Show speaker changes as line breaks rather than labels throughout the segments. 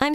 I'm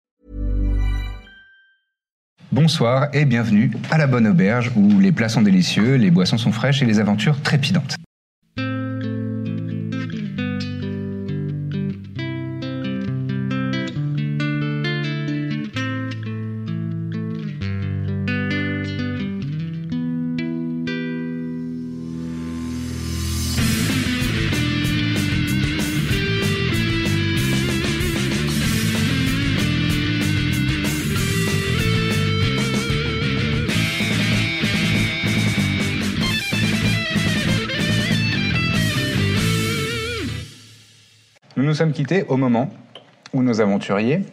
Bonsoir et bienvenue à la Bonne Auberge où les plats sont délicieux, les boissons sont fraîches et les aventures trépidantes. Nous nous sommes quittés au moment où nos aventuriers,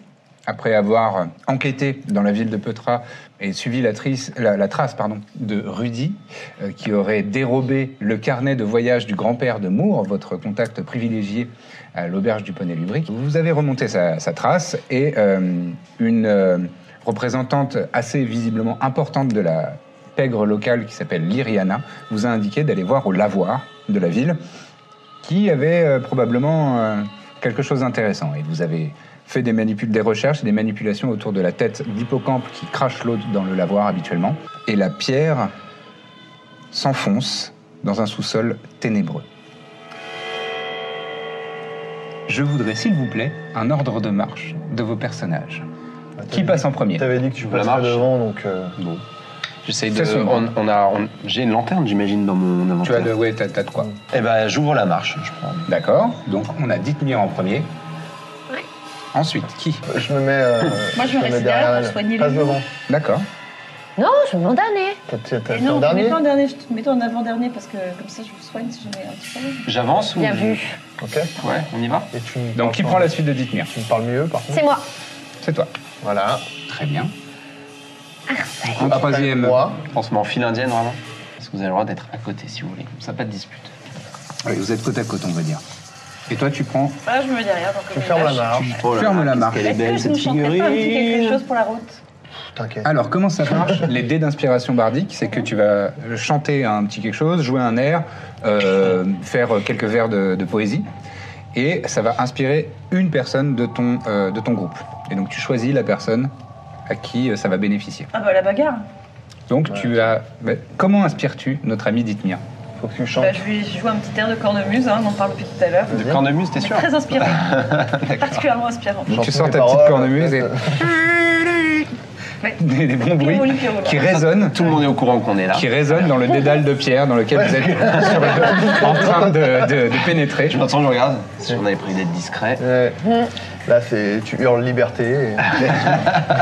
après avoir enquêté dans la ville de Petra et suivi la, trice- la- la trace pardon, de Rudy, euh, qui aurait dérobé le carnet de voyage du grand-père de Moore, votre contact privilégié à l'auberge du Poney Lubrique, vous avez remonté sa, sa trace et euh, une euh, représentante assez visiblement importante de la pègre locale qui s'appelle Liriana vous a indiqué d'aller voir au lavoir de la ville qui avait euh, probablement euh, quelque chose d'intéressant. Et vous avez fait des, manipules, des recherches et des manipulations autour de la tête d'hippocampe qui crache l'eau dans le lavoir habituellement. Et la pierre s'enfonce dans un sous-sol ténébreux. Je voudrais, s'il vous plaît, un ordre de marche de vos personnages. Qui passe en premier
T'avais dit que tu
La
passerais
marche.
devant, donc. euh,
Bon. J'essaye de.
Fais sombre.
On, on a. on- J'ai une lanterne, j'imagine, dans mon
Tu as
inventaire.
le... Ouais, t'as t'as de quoi
Eh ben, j'ouvre la marche. Je prends.
D'accord. Donc, on a Dithmir en premier. Ensuite, qui
Je me mets. euh,
Moi, je me
mets derrière
reste derrière pour
elle.
soigner le
Passe
loup.
devant.
D'accord.
Non, je vais m'en donner.
T'as- t'as-
Et
T'es
non,
en dernier
mets-toi en, dernier, je te- mets-toi en avant-dernier parce que comme ça je vous soigne si jamais un petit problème.
J'avance ou.
Bien
je-
vu.
Ok.
Ouais, on y va
Et tu me
Donc,
parles
qui
pas.
prend la suite Ah, de Dithmir
Tu me parles mieux, par contre.
C'est moi.
C'est toi.
Voilà.
Très bien. En
Après,
troisième.
Moi.
On se met en file indienne, vraiment Parce que vous avez le droit d'être à côté, si vous voulez. Comme ça, pas de dispute.
Oui, vous êtes côte à côte, on va dire. Et toi, tu prends.
Ah, je me mets derrière. Donc,
Je
euh,
ferme la
Ah,
je-
marche.
Oh là
Ferme la
là, qu'est-ce
marche.
qu'elle est
Est-ce
belle,
que je ne
cette
chanterais pas un petit quelque
figurine
chose pour la route
T'inquiète.
Alors, comment ça marche Les dés d'inspiration bardique, c'est que tu vas chanter un petit quelque chose, jouer un air, euh, faire quelques vers de, de poésie, et ça va inspirer une personne de ton, euh, de ton groupe. Et donc, tu choisis la personne à qui euh, ça va bénéficier.
Ah bah la bagarre.
Donc, tu as. bah, comment inspires-tu notre ami Dithmir
Faut que tu chantes.
Bah, je lui je joue un petit air de cornemuse, hein, on en parle depuis tout à l'heure.
De cornemuse, t'es sûr
Très inspirant. Particulièrement inspirant.
Donc, tu
Chante-nous
sors
les
ta petite
paroles,
cornemuse et.
Ouais.
Des, des bons bruits
Pirou, pirou, là.
qui résonnent.
Tout le monde est au courant qu'on est là.
qui résonne dans le dédale de pierre dans lequel vous êtes sur le- en train de, de- de pénétrer.
Je m'entends, je regarde. Si on avait pris d'être discret.
Ouais. Là, c'est tu hurles liberté. et-
Ah,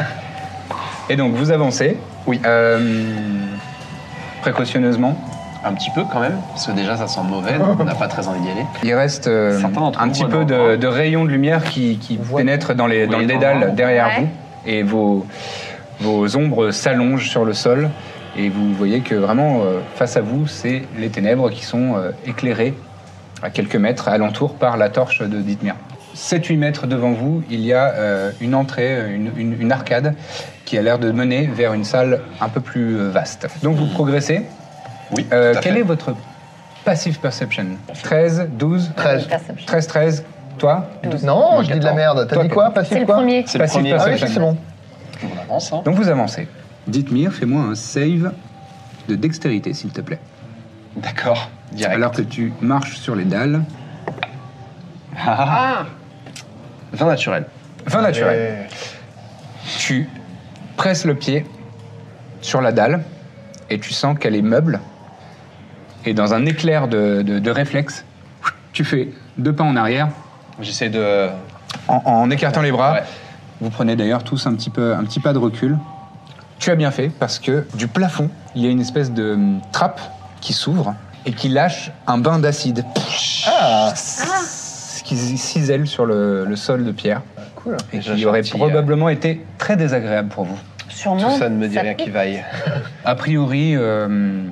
Et donc vous avancez, oui, euh, précautionneusement.
Un petit peu, quand même. Parce que déjà, ça sent mauvais. donc On n'a pas très envie d'y aller.
Il reste euh,
Certains d'entre
un
vous
petit
voient
peu
dans
de,
le
de rayons de lumière qui, qui
Voit.
pénètrent dans, les,
Oui,
dans le
dans le
dédale
noir.
derrière
Ouais.
vous et vos, vos ombres s'allongent sur le sol et vous voyez que vraiment euh, face à vous c'est les ténèbres qui sont euh, éclairées à quelques mètres alentour par la torche de Dithmir. 7-8 mètres devant vous, il y a euh, une entrée, une, une- une arcade qui a l'air de mener vers une salle un peu plus euh, vaste. Donc vous progressez.
Oui.
Euh,
tout à
quel
fait.
est votre passive perception 13, 12
Treize.
Perception.
13, 13. Toi
Non,
Moi,
je dis de la
14.
merde. T'as
Toi,
dit
t'es-
quoi
C'est
Passif
le
quoi
premier.
C'est le
Passive
premier.
Ah oui,
Perception.
si, c'est bon.
On avance, hein.
Donc vous avancez. Dites-moi, fais-moi un save de dextérité, s'il te plaît.
D'accord. Direct.
Alors que tu marches sur les dalles.
Ah Vin naturel.
Vin naturel.
Et-
Tu presses le pied sur la dalle et tu sens qu'elle est meuble. Et dans un éclair de, de- de réflexe, tu fais deux pas en arrière
J'essaie de.
en, en écartant les bras.
Ouais.
Vous prenez d'ailleurs tous un petit, peu, un petit pas de recul. Tu as bien fait parce que du plafond, il y a une espèce de hum, trappe qui s'ouvre et qui lâche un bain d'acide.
Ah,
Ce qui cisèle sur le, le sol de pierre.
cool.
et
Déjà
qui aurait
gentil, hein.
probablement été très désagréable pour vous.
Sûrement.
euh, Tout ça ne me dit rien
pique.
qui vaille.
A priori, euh,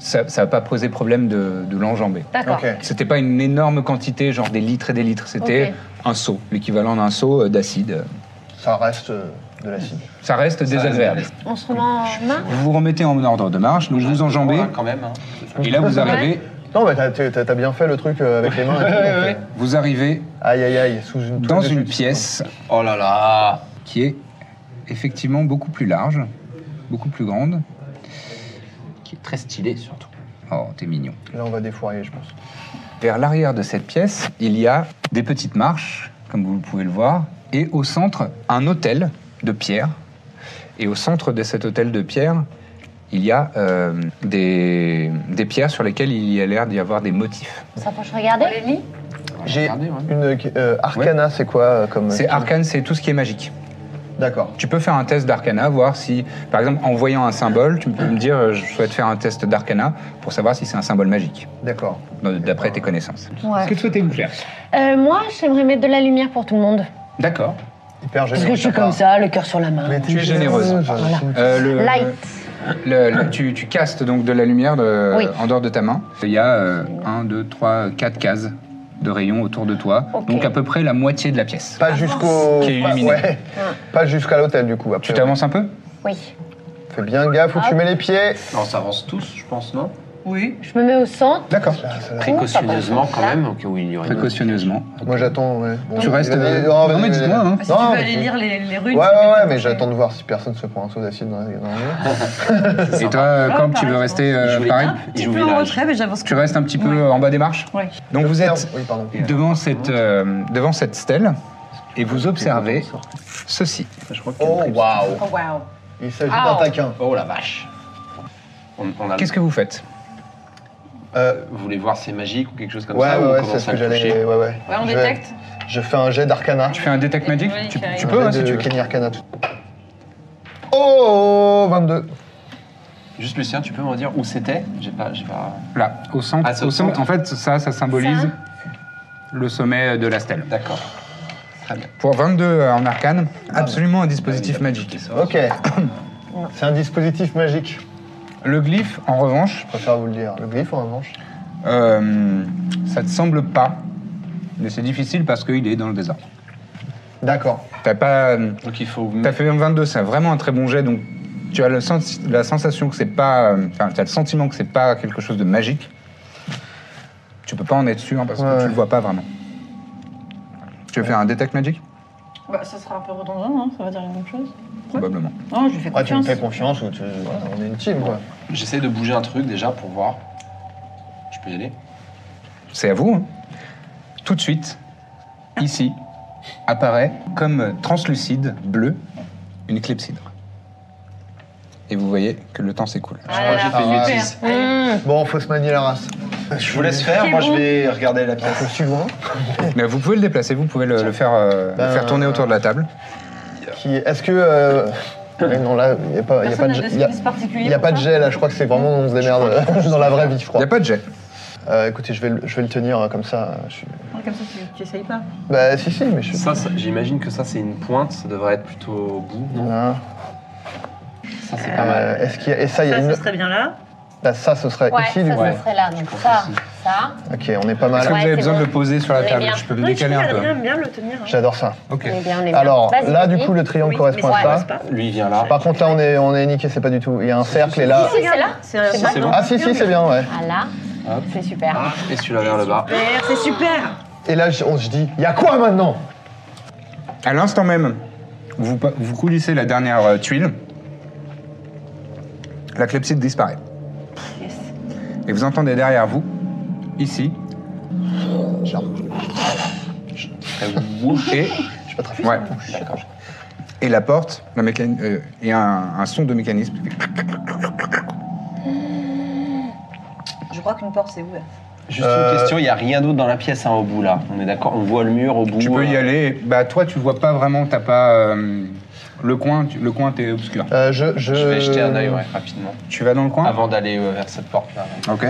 ça n'a pas posé problème de, de l'enjamber.
D'accord.
Ok.
C'était pas une énorme quantité, genre des litres et des litres. C'était
Ok.
un seau, l'équivalent d'un seau euh, d'acide.
Ça reste euh, de l'acide.
Ça reste désagréable.
reste-
On se remet en main
Vous vous remettez en ordre de marche, donc vous enjambez,
Quand même. hein.
et là vous arrivez,
Non, mais t'as- t'as t'as bien fait le truc euh, avec les mains. et tout, donc, euh,
vous arrivez
Aïe, aïe, aïe. Sous une,
dans
sous
une
dessus.
pièce
Oh là là.
qui est effectivement beaucoup plus large, beaucoup plus grande.
Qui est très stylé surtout.
Oh, t'es mignon.
Là, on va défourailler, je pense.
Vers l'arrière de cette pièce, il y a des petites marches, comme vous pouvez le voir, et au centre, un hôtel de pierre. Et au centre de cet hôtel de pierre, il y a euh, des, des pierres sur lesquelles il y a l'air d'y avoir des motifs.
On s'approche regarder
les lit
J'ai
Regardez, ouais.
une euh, arcana, c'est quoi euh, comme.
C'est arcane, c'est tout ce qui est magique.
D'accord.
Tu peux faire un test d'arcana, voir si, par exemple, en voyant un symbole, tu peux me dire euh, je souhaite faire un test d'arcana pour savoir si c'est un symbole magique,
D'accord.
dans- d'après tes connaissances.
Ouais.
tu souhaitez vous faire
Euh, moi, j'aimerais mettre de la lumière pour tout le monde.
D'accord.
Hyper
Parce
génial.
que je suis comme ça, le cœur sur la main.
Tu es généreuse.
Voilà.
Euh, le-
Light.
Le- le- tu, tu castes donc de la lumière de-
Oui.
en dehors de ta main. Il y a euh, 1, 2, 3, 4 cases de rayons autour de toi.
Ok.
Donc à peu près la moitié de la pièce.
Pas jusqu'au.
Qui est
pas-
illuminé.
ouais. Pas jusqu'à l'hôtel, du coup. Après,
Tu t'avances un peu
Oui.
Fais bien gaffe, faut que tu mets les pieds.
On s'avance tous, je pense, non
Oui.
Je me mets au centre.
D'accord.
Précautionneusement quand même, au cas où il y aurait une-
Précautionneusement.
Moi, j'attends. ouais. Bon,
Tu restes.
vas-y,
euh,
vas-y,
Non,
vas-y,
mais
vas-y.
dis-moi. hein.
Ah, Si tu
Non,
veux
mais
aller
tu-
lire les, les runes.
Ouais, ouais,
c'est bien
ouais,
comme
mais
ça.
j'attends de voir si personne se prend un saut d'acide dans les dans les murs.
Et toi, euh,
Ah,
Corbe, tu
pareil,
veux
je
rester
pense.
euh,
Je voulais
pareil
Un petit
Ils jouent
peu en
village.
retrait, mais j'avance.
Tu restes un petit peu
Ouais.
euh, en bas des marches
Ouais.
Donc vous êtes
Oui, pardon.
devant cette, euh, devant cette stèle et vous observez ceci.
Je crois qu'il y a une
Oh,
précaution.
waouh.
Oh, waouh.
Il s'agit
Ah.
d'un taquin.
Oh la vache. On, on a-
Qu'est-ce que vous faites
Euh,
Vous voulez voir c'est magique ou quelque chose comme
ouais,
ça
ouais,
ou
ouais,
comment
c'est
ça
ce que
le
j'allais.
toucher
Ouais, ouais.
Ouais, on
Je-
détecte.
Je fais un jet d'arcana.
Tu fais un détect magique
Oui,
tu,
ça
tu
arrive.
peux, hein,
Un jet
si
de
tu veux.
Kenny Arcana. Oh 22.
Juste Lucien, tu peux me dire où c'était J'ai pas, j'ai pas.
Là, au centre.
Ah, c'est
au
au
sommet.
centre.
En fait, ça, ça symbolise
Ça.
le sommet de la stèle.
D'accord. Très bien. Ah,
Pour 22 euh, en arcane, absolument un dispositif magique.
Ok. C'est un dispositif magique.
Le glyphe, en revanche,
Je préfère vous le dire. Le glyphe en revanche.
euh, ça te semble pas. Mais c'est difficile parce qu'il est dans le désordre.
D'accord.
T'as pas. euh,
Donc il faut.
T'as fait un 22, c'est vraiment un très bon jet, donc tu as le sens- la sensation que c'est pas. euh, Enfin, t'as le sentiment que c'est pas quelque chose de magique. Tu peux pas en être sûr hein, parce que
Ouais.
tu le vois pas vraiment. Tu veux faire un détect magique
Bah, ça sera un peu redondant, non Ça va dire la même chose.
Probablement.
Non, je lui fais
Ouais, tu me
confiance.
fais confiance ou tu... voilà, on est une team quoi.
J'essaie de bouger un truc déjà pour voir. Je peux y aller
C'est à vous. hein. Tout de suite, ici, apparaît comme translucide, bleu, une clepsydre. Et vous voyez que le temps s'écoule.
Ah là
j'ai
là,
fait une
super.
bêtise.
Allez.
Bon, faut se manier la race.
Je vous laisse faire,
C'est moi, je bon.
vais regarder la
Je suis loin.
Mais vous pouvez le déplacer, vous pouvez le, le faire, euh, le
Ben,
faire tourner autour de la table.
Qui... Est-ce que... euh, ouais, non là, il n'y a pas, y a pas de
Personne n'a
gel.
de
y a-
service particulier.
y a
pour
pas de
ça.
gel là, je crois que c'est vraiment on se démerde euh, dans la vraie vie,
Il
je
n'y
crois.
a pas de jet.
Euh, écoutez, je vais, le- je vais le tenir euh, comme ça. euh, je suis-
Ouais, Comme ça, tu- tu essayes pas.
Bah si si, mais je suis...
Ça, ça- j'imagine que ça c'est une pointe, ça devrait être plutôt au bout, non
Hein.
Ça c'est pas mal.
Euh, Est-ce qu'il y a... Et ça, il y a
Ça,
une...
ce serait bien là.
Bah, ça, ce serait
Mmh. Ouais,
ici,
ça,
du coup.
ça serait là. Donc ça,
aussi.
ça.
Ok, on est pas
Est-ce que
mal.
Ouais,
vous avez
c'est
besoin
bon.
de le poser sur la
On est
table
bien.
Je peux me décaler un peu.
bien, bien le tenir. hein.
J'adore ça.
Ok.
On est bien, on est bien.
Alors,
Vas-y,
là,
vas-y.
du coup, le triangle
Oui,
correspond
mais
à
ça
ça.
reste pas.
Lui il vient là.
Par contre, là, on est, on est niqué, c'est pas du tout. Il y a un cercle et là.
Si, c'est là.
C'est un-
C'est bon.
C'est bon.
Ah, si, si, c'est bien, ouais.
Ah là,
Hop.
c'est super.
Et celui-là vers le bas.
Super, C'est super.
Et là, je- on se dit, il y a quoi maintenant
À l'instant même, vous, pa- vous coulissez la dernière euh, tuile. La clepsydre disparaît.
Yes.
Et vous entendez derrière vous, ici, et
Je suis pas très
Ouais.
D'accord.
Et la porte, la mécan- euh, et un, un son de mécanisme.
Je crois qu'une porte s'est ouverte.
Juste
Euh,
une question, il n'y a rien d'autre dans la pièce hein, au bout là. On est d'accord, on voit le mur au bout.
Tu peux y
euh,
aller. Bah toi, tu vois pas vraiment, t'as pas euh, le coin. tu- le coin, t'es obscur.
Euh, je, je...
Je vais jeter un œil ouais, rapidement.
Tu vas dans le coin.
Avant d'aller euh, vers cette porte là.
Euh. Ok.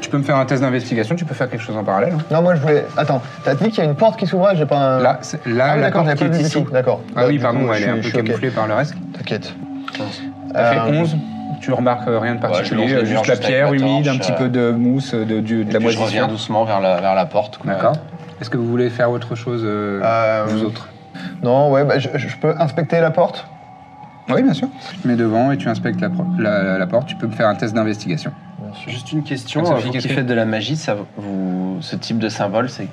Tu peux me faire un test d'investigation. Tu peux faire quelque chose en parallèle. hein.
Non, moi je voulais. Attends, t'as dit qu'il y a une porte qui s'ouvrait, j'ai pas un.
Là, c'est- là,
Ah oui,
la
d'accord,
porte qui
je l'avais
est
pas vu du
ici.
tout, d'accord.
Ah
Bah,
oui,
du
pardon,
coup,
ouais, elle est
je
un peu
suis- je suis ok.
camouflée par le reste.
T'inquiète.
T'as fait
Euh,
11. Tu remarques euh, rien de particulier,
lance les
euh, juste
murs
la
juste
pierre
avec ma
humide, un
torche,
petit
euh,
peu de mousse, de, du- de
Et
la
puis je reviens
moisissure.
doucement vers la, vers la porte. quoi.
D'accord. Euh, Est-ce que vous voulez faire autre chose, euh,
Euh,
vous autres
Non, ouais, bah, je, je peux inspecter la porte
Oui, bien sûr. Tu te mets devant et tu inspectes la, pro- la- la porte. Tu peux me faire un test d'investigation.
Juste une question,
Sophie,
euh, vous
qu'est-ce
qui
que-
faites de la magie, ça vous... ce type de symbole, c'est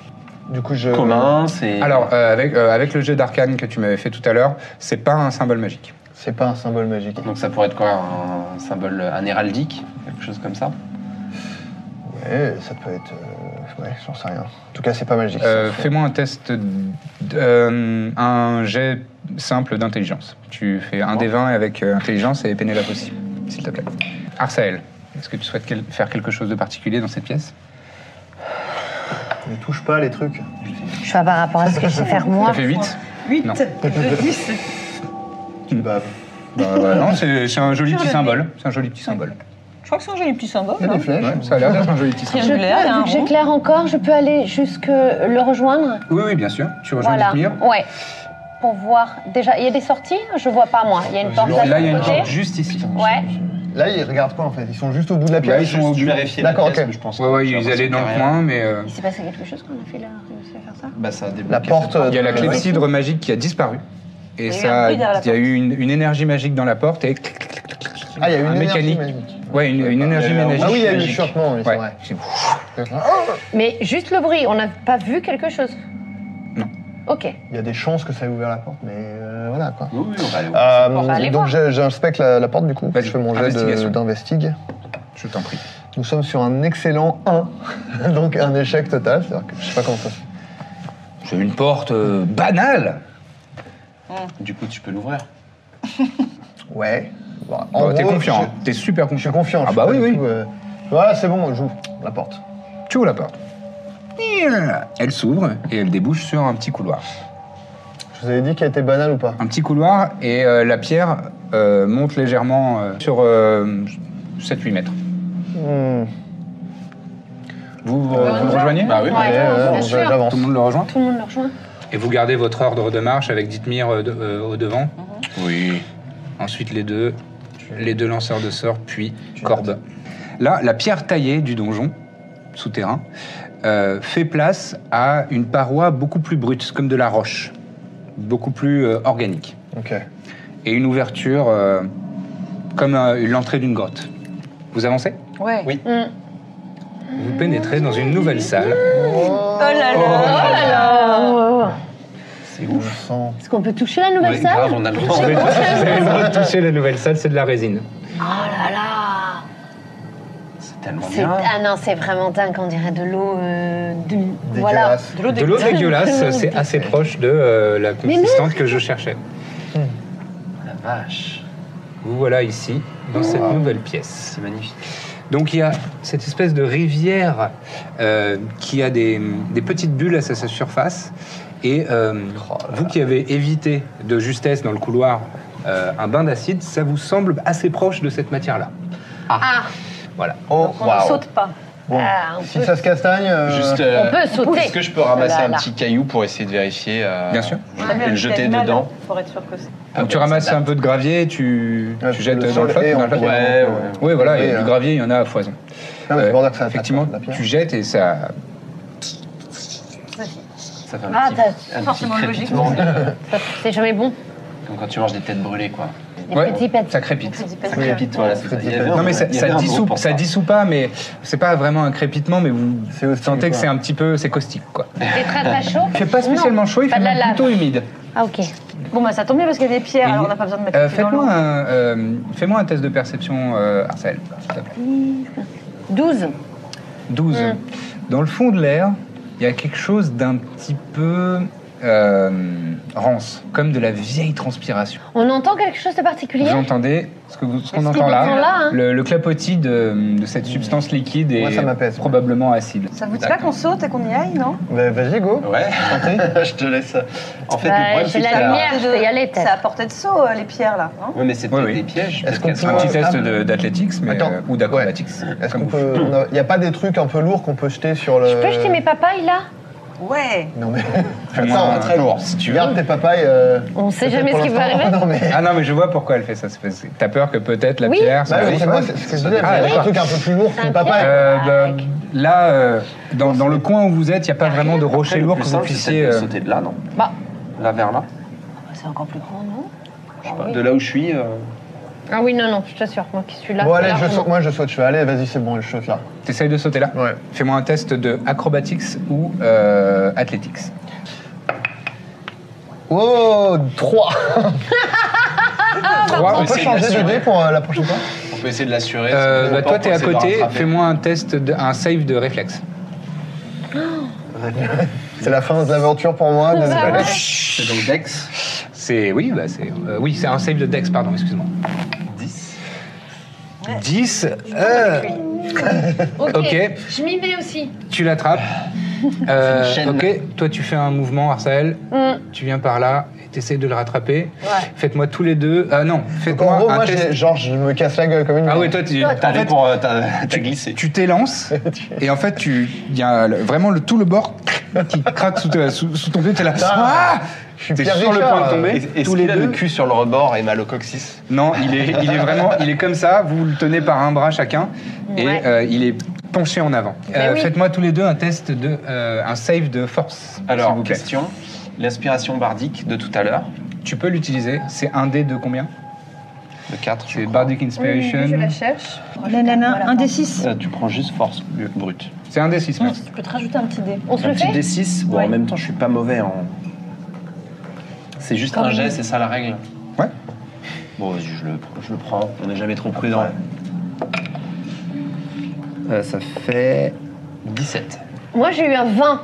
Du coup, je.
commun, c'est...
Euh, Alors, euh, avec, euh, avec le jeu d'arcane que tu m'avais fait tout à l'heure, c'est pas un symbole magique.
C'est pas un symbole magique.
Donc ça pourrait être quoi Un symbole, un héraldique Quelque chose comme ça
Ouais, ça peut être. euh, Ouais, j'en sais rien. En tout cas, c'est pas magique.
Euh,
ça.
Fais-moi un test, d- euh, un jet simple d'intelligence. Tu fais un des 20 avec euh, intelligence et Pénélope aussi, s'il te plaît. Arsael, est-ce que tu souhaites quel- faire quelque chose de particulier dans cette pièce
Ne touche pas les trucs.
Je vois par rapport à ce que je sais faire moi.
T'as fait 8
8,
Non.
10.
Tu baves.
Bah, bah, Non, c'est c'est un joli
Sur
petit
le
symbole. C'est un joli petit symbole.
Je crois que c'est un joli petit symbole.
Il y a
hein.
des flèches.
Ouais, ça a l'air d'être un joli petit
Je
symbole.
peux,
Triangulaire, hein. il y a un
vu que
rond.
j'éclaire encore, je peux aller jusque le rejoindre
Oui, oui, bien sûr. Tu rejoins
Voilà,
Dithmir.
ouais. Pour voir. Déjà, il y a des sorties Je vois pas, moi. Il y a une porte là,
Là, il y a
sur
une
le côté.
porte juste ici.
Ouais.
Là, ils regardent quoi en fait Ils sont juste au bout de la
Là, Bah, ils
pièce.
sont au but.
vérifier
D'accord, ok.
mais je pense
Ouais, ouais,
j'ai
ils
l'impression
allaient dans
qu'il y a
le
rien.
coin, mais euh,
Il s'est passé quelque chose qu'on a fait là, réussi à faire ça
Bah, ça a débloqué
La
cette
porte.
il y a la
euh,
clepsydre magique qui a disparu. Et
Il y a eu un
ça,
bruit derrière la
il y a
porte.
eu une, une énergie magique dans la porte et
Ah, il y a une
un
énergie
mécanique.
magique.
Ouais, une, une énergie
Euh,
ménagère.
Ah oui, il y a eu le
Magique.
chuchotement, oui, c'est
Ouais.
vrai.
Mais juste le bruit, on n'a pas vu quelque chose
Non.
Ok.
Il y a des chances que ça ait ouvert la porte, mais euh, voilà quoi.
Oui, oui, on va aller voir.
Euh,
On va aller
donc
voir.
j'ai- j'inspecte la, la porte du coup.
Ah, Vas-y,
Je fais mon jet de-
investigation.
d'investigue.
Je t'en prie.
Nous sommes sur un excellent 1, donc un échec total. C'est-à-dire que je sais pas comment ça se fait.
C'est une porte euh, banale.
Du coup, tu peux l'ouvrir.
Ouais. Voilà.
Bah, T'es
gros,
confiant,
je-
hein. t'es super
Je suis
confiant.
confiant. je
Ah
suis
bah
pas
oui,
du
oui.
tout, euh, Voilà, c'est bon, j'ouvre la porte.
Tu ouvres la porte. Elle s'ouvre et elle débouche sur un petit couloir.
Je vous avais dit qu'elle était banale ou pas
Un petit couloir et euh, la pierre euh, monte légèrement euh, sur euh, 7-8 mètres.
Hmm.
Vous vous,
Euh,
vous rejoignez
Bah oui,
Ouais,
bah,
Ouais, ouais,
bien
on-
sûr.
j'avance.
Tout le monde le rejoint
Tout le monde le rejoint.
Et vous gardez votre ordre de marche avec Dithmir euh, de- euh, au devant. Oui. Ensuite les deux, les deux lanceurs de sorts, puis Corbe. Là, la pierre taillée du donjon souterrain euh, fait place à une paroi beaucoup plus brute, comme de la roche, beaucoup plus euh, organique,
Ok.
et une ouverture euh, comme euh, l'entrée d'une grotte. Vous avancez
Ouais.
Oui.
Mm.
Vous pénétrez dans une nouvelle salle.
Oh là là.
Oh
là là.
C'est
On
ouf.
sent.
oh, Est-ce qu'on peut toucher la nouvelle
Ouais,
salle
grave, on a le droit.
Vous avez le droit de toucher la nouvelle salle, c'est de la résine.
Oh là là
C'est tellement
C'est-
bien.
Ah non, c'est vraiment dingue, on dirait de l'eau. euh, de... Voilà.
Dégueulasse.
l'eau
De l'eau dégueulasse, c'est assez proche de euh, la
Mais non.
consistance que je cherchais.
La vache.
Vous voilà ici, dans cette nouvelle pièce.
C'est magnifique.
Donc il y a cette espèce de rivière euh, qui a des, des petites bulles à sa sa surface. Et euh,
Oh
vous qui avez évité de justesse dans le couloir euh, un bain d'acide, ça vous semble assez proche de cette matière-là.
Ah,
Voilà.
Oh,
Donc on ne
waouh.
saute pas.
Bon.
Ah, on
Si
peut-
ça se castagne. euh,
Juste,
on peut sauter.
Est-ce que je peux ramasser
Là,
un
là.
petit caillou pour essayer de vérifier euh,
Bien sûr.
je- Et le jeter dedans
hein, Pour être sûr que c'est.
Ah,
Donc tu ramasses un peu de gravier, et tu,
Ouais,
tu jettes
Ah, le
dans le
sol et
flotte. dans
on
le flotte.
Ouais,
pourrait-
ouais.
Oui, voilà,
Ouais,
il y a
euh,
du gravier, il y en a à foison.
Non, mais c'est
Euh,
pour dire que ça attaque
Effectivement,
la pierre.
tu jettes et ça,
Ça fait un
Ah,
petit-
t'as-
un petit
forcément logique.
crépitement de-
C'est jamais bon.
Comme quand tu manges des têtes brûlées, quoi.
Les
Ouais,
petits pets.
ça crépite.
Ça crépite, voilà, c'est ça. Il y avait un-
Non mais ça,
il y
ça
avait un
dissout,
groupe pour
ça dissout pas, mais c'est pas vraiment un crépitement, mais vous
C'est hostile,
sentez que
quoi.
c'est un petit peu, c'est caustique quoi.
C'est très très chaud.
Il fait pas spécialement chaud, il
Ah, pas
fait
de la
même
lave.
plutôt humide.
Ah, ok.
Bon, bah ça tombe bien parce qu'il y a des pierres,
Et-
alors on n'a pas besoin de mettre
Euh,
les pieds dans l'eau.
Fais-moi un, euh, fais-moi un test de perception, euh, Arcel, s'il te plaît.
12. Hmm.
12. Dans le fond de l'air, il y a quelque chose d'un petit peu euh, rance, comme de la vieille transpiration.
On entend quelque chose de particulier
Vous entendez ce que vous- ce qu'on
Est-ce
entend
qu'il
là,
entend là, hein
le, le clapotis de, de cette substance liquide et
Moi, ça m'apaise.
probablement acide.
Ça vous dit pas qu'on saute et qu'on y aille, non
Bah, Vas-y, go.
Ouais,
Tentez.
je te laisse. En fait,
Bah,
le problème,
j'ai
c'est que
la
ça-
lumière. je vais y aller, peut-être.
C'est à portée de saut, euh, les pierres, là. non
Ouais, mais c'est
Ouais,
peut-être
oui.
des pièges.
Est-ce
peut-être
qu'on
qu'elles sont
Un
peut-
anti-
petit test de- d'athlétics mais,
Attends.
euh, ou d'acrobatics.
Est-ce
comme
qu'on
vous.
peut. Il n'y a pas des trucs un peu lourds qu'on peut jeter sur le.
Je peux jeter mes papayes là
Ouais.
Non, mais.
Fais-moi
Attends,
un-
très lourd.
si
Tu
tu veux.
gardes tes papayes. euh,
On sait
peut-être
jamais
pour
ce qui peut
l'instant.
arriver.
Non, mais.
Ah non, mais je vois pourquoi elle fait ça. c'est parce que T'as peur que peut-être la
Oui.
pierre.
Bah
ça-
oui, c'est moi, c'est ce que je disais.
Ah,
mais Il y a des
d'accord.
trucs un peu plus lourds
C'est
qu'une
un
papaye.
Euh,
Ah,
bah,
Mec.
là, euh, dans, dans le coin où vous êtes, il n'y a pas vraiment de
Après,
rocher
le
lourd
plus
que vous
simple, c'est
puissiez.
peut-être de
euh,
sauter de là, non
Bah.
Là vers là.
C'est encore plus grand, non
Je sais pas,
oui.
De là où je suis. euh,
Ah oui, non, non, je t'assure, moi qui suis là.
Bon,
c'est
allez, je
largement.
saute. Moi, je saute. Je fais, allez, vas-y, c'est bon, je saute là.
T'essayes de sauter là
Ouais.
Fais-moi un test de acrobatics ou euh, athletics.
Oh, 3
Ah,
Trois.
On peut changer de dé pour euh, la prochaine fois
On peut essayer de l'assurer.
Euh,
si on
bah,
peut
toi,
pas
t'es à
passer par
côté.
un trapé.
Fais-moi un test, de, un save de réflexe.
C'est la fin de l'aventure pour moi.
Bah
désolé.
ouais.
C'est donc Dex.
C'est oui, bah, c'est euh, oui, c'est un save de dex. Pardon, excuse-moi.
10.
10. euh,
Ok.
Ok.
Je m'y mets aussi.
tu l'attrapes. Euh,
C'est une chaîne.
ok. Toi, tu fais un mouvement, Arsael.
Mm.
Tu viens par là et t'essayes de le rattraper.
Ouais.
Faites-moi tous les deux. Ah non,
Donc, en
faites-moi
gros,
un
moi, j'ai-
test.
genre, je me casse la gueule comme une.
Ah oui,
merde.
toi, tu.
T'as allé pour. euh, T'as t'as glissé.
tu t'élances et en fait tu il y a le- vraiment le, tout le bord qui craque sous, ta- sous- sous ton pied t'es là ah
Je suis
t'es
Pierre
sur le
Richard,
point de
euh,
tomber
Et
tous les deux
le cul sur le rebord et mal au coccyx.
non il est il est vraiment il est comme ça vous le tenez par un bras chacun et
Ouais.
euh, il est penché en avant Euh,
Mais oui.
faites-moi tous les deux un test de euh, un save de force s'il
Alors,
vous plaît
question. L'inspiration bardique de tout à l'heure,
tu peux l'utiliser c'est un dé de combien
de 4, je
c'est
crois.
bardic inspiration
cherche.
Non, non, non, un des six.
Euh, tu prends juste force bu- brute.
c'est un dé 6
Hum, Tu peux te rajouter un petit dé.
On se
Un
le
petit
fait
D6. Bon,
Ouais.
en même temps, je suis pas mauvais en. C'est juste
Quand
un
même.
jet, c'est ça la règle
Ouais.
Bon, vas-y, je le, je le prends. On n'est jamais trop prudent. Euh, ça fait 17.
Moi, j'ai eu un 20.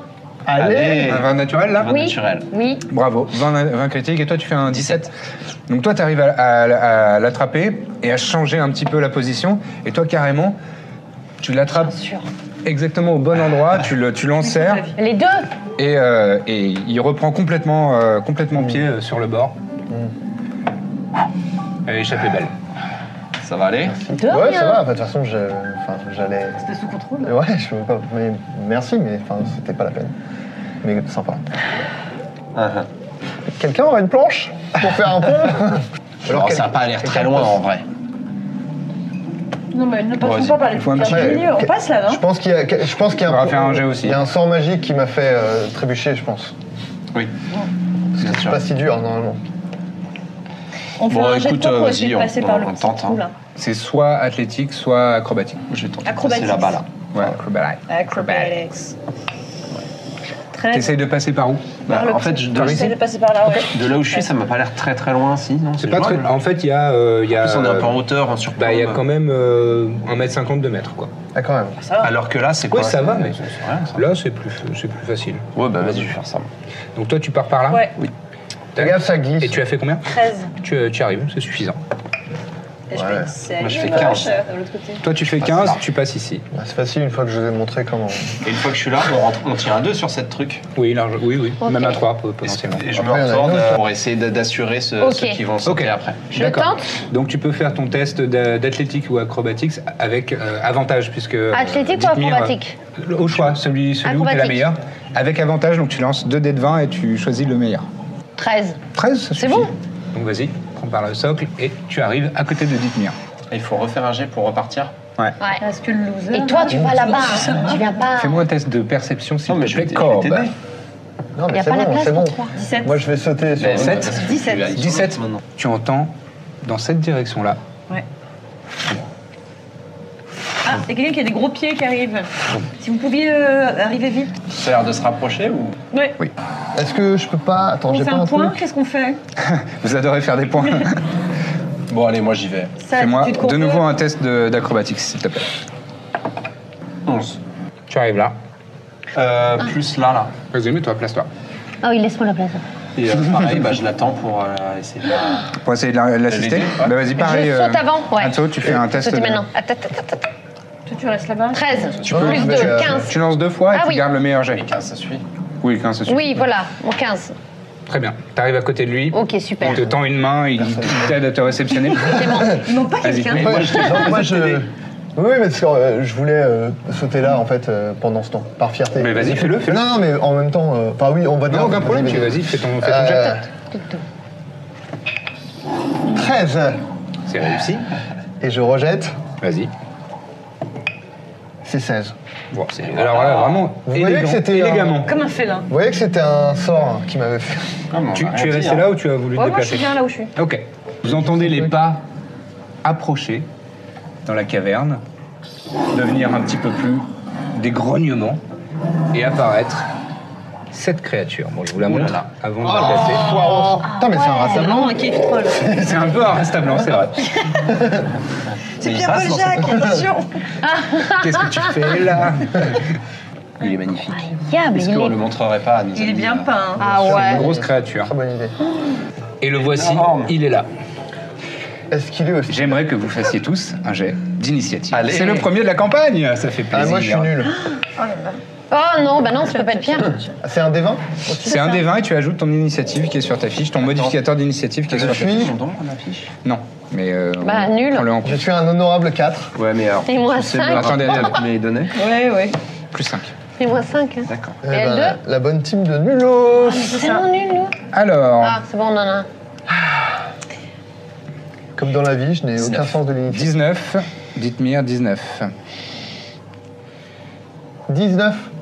Allez
un vin naturel là
Un
Oui.
naturel.
Oui.
Bravo, 20, 20 critiques et toi tu fais un 17. Donc toi tu arrives à, à- à l'attraper et à changer un petit peu la position et toi carrément tu l'attrapes exactement au bon endroit, tu le- tu l'enserres
Les deux
et, euh, et il reprend complètement, euh, complètement pied euh, sur le bord. Elle est échappée belle.
Ça va aller
Deux
Ouais,
rien.
ça va. enfin, De toute façon, je- enfin, j'allais.
C'était sous contrôle.
Ouais, je veux pas. Mais merci, mais enfin, c'était pas la peine. Mais sympa.
Ah, ah.
Quelqu'un aurait une planche pour faire un pont
Alors, ça
quelqu'un-
n'a pas l'air très
quelqu'un
loin
passe.
en vrai.
Non, mais ne
Ouais,
passons
c'est-
pas par les
il faut un
pierres
petit-
du milieu. On passe là, hein.
Je
non
pense qu'il y a, je pense qu'il y a
On va faire un jet aussi.
Il y a un sort magique qui m'a fait euh, trébucher, je pense.
Oui. Bien
C'est
sûr.
pas si dur normalement.
On fait
Bon,
un jet de
écoute,
temps
euh,
pour
vas-y,
essayer de
on-
passer
on-
par le
on
petit
tente,
trou,
hein.
là.
C'est soit athlétique, soit acrobatique.
Je vais tenter de passer
Acrobatique.
là-bas, là.
Ouais, acrobatique.
Acrobatics.
Euh,
Très
T'essayes de passer par où
Bah,
Oh, le
en
petit-
fait, je- de,
J'essaie de passer par là, ouais.
de là où je suis, ça m'a pas l'air très très loin, si non
C'est pas très...
jouable.
En fait il y a... euh, il y
En
a
plus, on est un peu en hauteur, hein, en surplomb.
bah, il y a quand même euh, 1m50 de mètre quoi.
Ah quand même.
Ça va.
Alors que là, c'est quoi
Ouais, ça va, mais-
C'est rien, ça.
Là c'est plus, c'est plus facile.
Ouais, bah vas-y, je vais faire ça.
Donc toi tu pars par là
Ouais,
Tac.
Regarde, ça glisse.
Et tu as fait combien
13.
tu, euh, tu arrives, c'est suffisant.
Et je
Ouais.
fais 16.
Moi, je fais 15.
De l'autre côté.
Toi, tu fais
Ah,
15,
c'est ça.
tu passes ici.
Bah, c'est facile une fois que je vous ai montré comment.
Et une fois que je suis là, on, rentre, on tire un 2 sur cette truc.
Oui, large, oui, oui.
Ok.
Même à 3
Et je
potentiellement.
me
Après, il y en a une
retourne
autre.
euh, pour essayer d'a- d'assurer ce-
Ok.
ceux qui vont sauter
Ok.
après.
Je tente.
Donc tu peux faire ton test d'a- d'athlétique ou acrobatique avec euh, avantage, puisque... euh,
Athlétique ou
Dithmir,
acrobatique
euh, Au choix, celui, celui où t'es la
Acrobatique.
meilleure. Avec avantage, donc tu lances 2 dés de 20 et tu choisis le meilleur.
13.
13, ça
C'est
suffit.
bon.
Donc vas-y, prends par le socle et tu arrives à côté de Dithmir.
Et Il faut refaire un jet pour repartir.
Ouais.
Est-ce que le loser.
Et toi, tu vas là-bas. hein. Tu viens pas.
Fais-moi un test de perception, s'il
Non, mais
te
je vais
plaît,
t-
Corbe.
je vais t'aider.
Non
Y
mais
a
c'est
pas la
bon,
place
c'est
pour
bon.
toi.
17.
Moi je vais sauter sur.
Bah,
Mais sept.
parce que tu vas- ils sont
17,
maintenant.
tu entends dans cette direction-là
Ah, il y a quelqu'un qui a des gros pieds qui arrive. Si vous pouviez euh, arriver vite.
Ça a l'air de se rapprocher ou
Ouais.
Est-ce que je peux pas Attends,
On
j'ai
fait
pas
un
un
point,
truc.
qu'est-ce qu'on fait
Vous adorez faire des points.
Bon, allez, moi j'y vais.
Ça,
Fais-moi
tu te cours
de nouveau
peu.
un test de- d'acrobatique, s'il te plaît.
11.
Tu arrives là.
Euh, Plus là, là.
Vas-y, mets-toi, place-toi.
Ah oui, laisse-moi la place.
Et euh, pareil, bah, je l'attends pour euh, essayer de la-
Pour essayer de la- l'assister
L'aider, ouais.
Bah, Vas-y, pareil.
je
euh,
saute avant, ouais.
Atso, tu fais un test.
Sauter
de-
maintenant. Attends, attends, attends, attends.
Toi, tu restes là-bas.
13,
peux-
plus
tu-
2,
tu-
15.
Tu lances deux fois et
Ah
tu
oui.
gardes le meilleur jet.
Et 15, ça suffit.
Oui, 15, c'est sûr.
Oui, voilà, mon 15.
Très bien. T'arrives à côté de lui.
Ok, super.
Il te tend une main, il il t'aide à te réceptionner.
Il manque pas
Vas-y.
quelqu'un.
Oui,
Ouais,
moi,
je- non, moi, je. Oui, mais parce que euh, je voulais euh, sauter là en fait euh, pendant ce temps, par fierté.
Mais vas-y, fais-le, fais-le.
Non, non, mais en même temps. euh, Enfin, oui, on va
Non, aucun problème. tu- Vas-y, fais ton, fais ton jet de tête.
Euh, 13
C'est réussi.
Et je rejette,
Vas-y.
c'est 16.
Bon, c'est- alors là, vraiment,
Vous voyez
élégant,
que c'était un-
élégamment.
Comme un félin.
Vous voyez que c'était un sort qui m'avait fait.
Comme on
Tu,
a rien
tu es
dit,
resté
hein.
là ou tu as voulu te
Ouais, moi, je
déplacer
suis bien là où je suis.
Ok. Vous entendez les pas approcher dans la caverne, devenir un petit peu plus des grognements et apparaître cette créature. Bon, je vous la
Ouh là
montre
Oh là.
avant de la placer.
Poireau
Ah,
Putain, mais c'est un
C'est
rassemblement.
vraiment un kiff troll.
C'est un peu un rasta blanc, c'est vrai.
C'est
il
Pierre
passe
Paul
dans
Jacques, attention
Qu'est-ce que tu fais là
Il est magnifique.
Ah,
Diable,
Est-ce
il
qu'on
est...
le montrerait pas à nos
Il est
amis,
bien
euh,
peint. hein.
Ah
Une
ouais.
grosse créature.
Très bonne idée.
Et le voici,
Énorme.
il est là.
Est-ce qu'il est aussi.
J'aimerais que vous fassiez tous un jet d'initiative.
Allez.
C'est le premier de la campagne, ça fait plaisir.
Ah, moi je suis nul.
Oh non, bah non, ça peut pas être pire.
C'est un des 20
C'est un des 20 et tu ajoutes ton initiative qui est sur ta fiche, ton modificateur d'initiative qui est sur ta
Euh, Je
fiche.
suis.
Ils ont donc la fiche.
Non, mais. euh,
Bah,
on-
nul.
on le rend
Je suis un honorable 4.
Ouais, mais alors.
Et moi
c'est
5.
Attendez, attendez,
les données.
Ouais, ouais.
plus 5.
Et moi 5.
D'accord.
Eh
Et elle
ben, la bonne team de nulos
hein. C'est non nul, nous.
Alors,
Ah, c'est bon, on en a un.
Comme dans la vie, je n'ai aucun
Dix-neuf.
sens de l'unité.
19, dites-moi 19.
19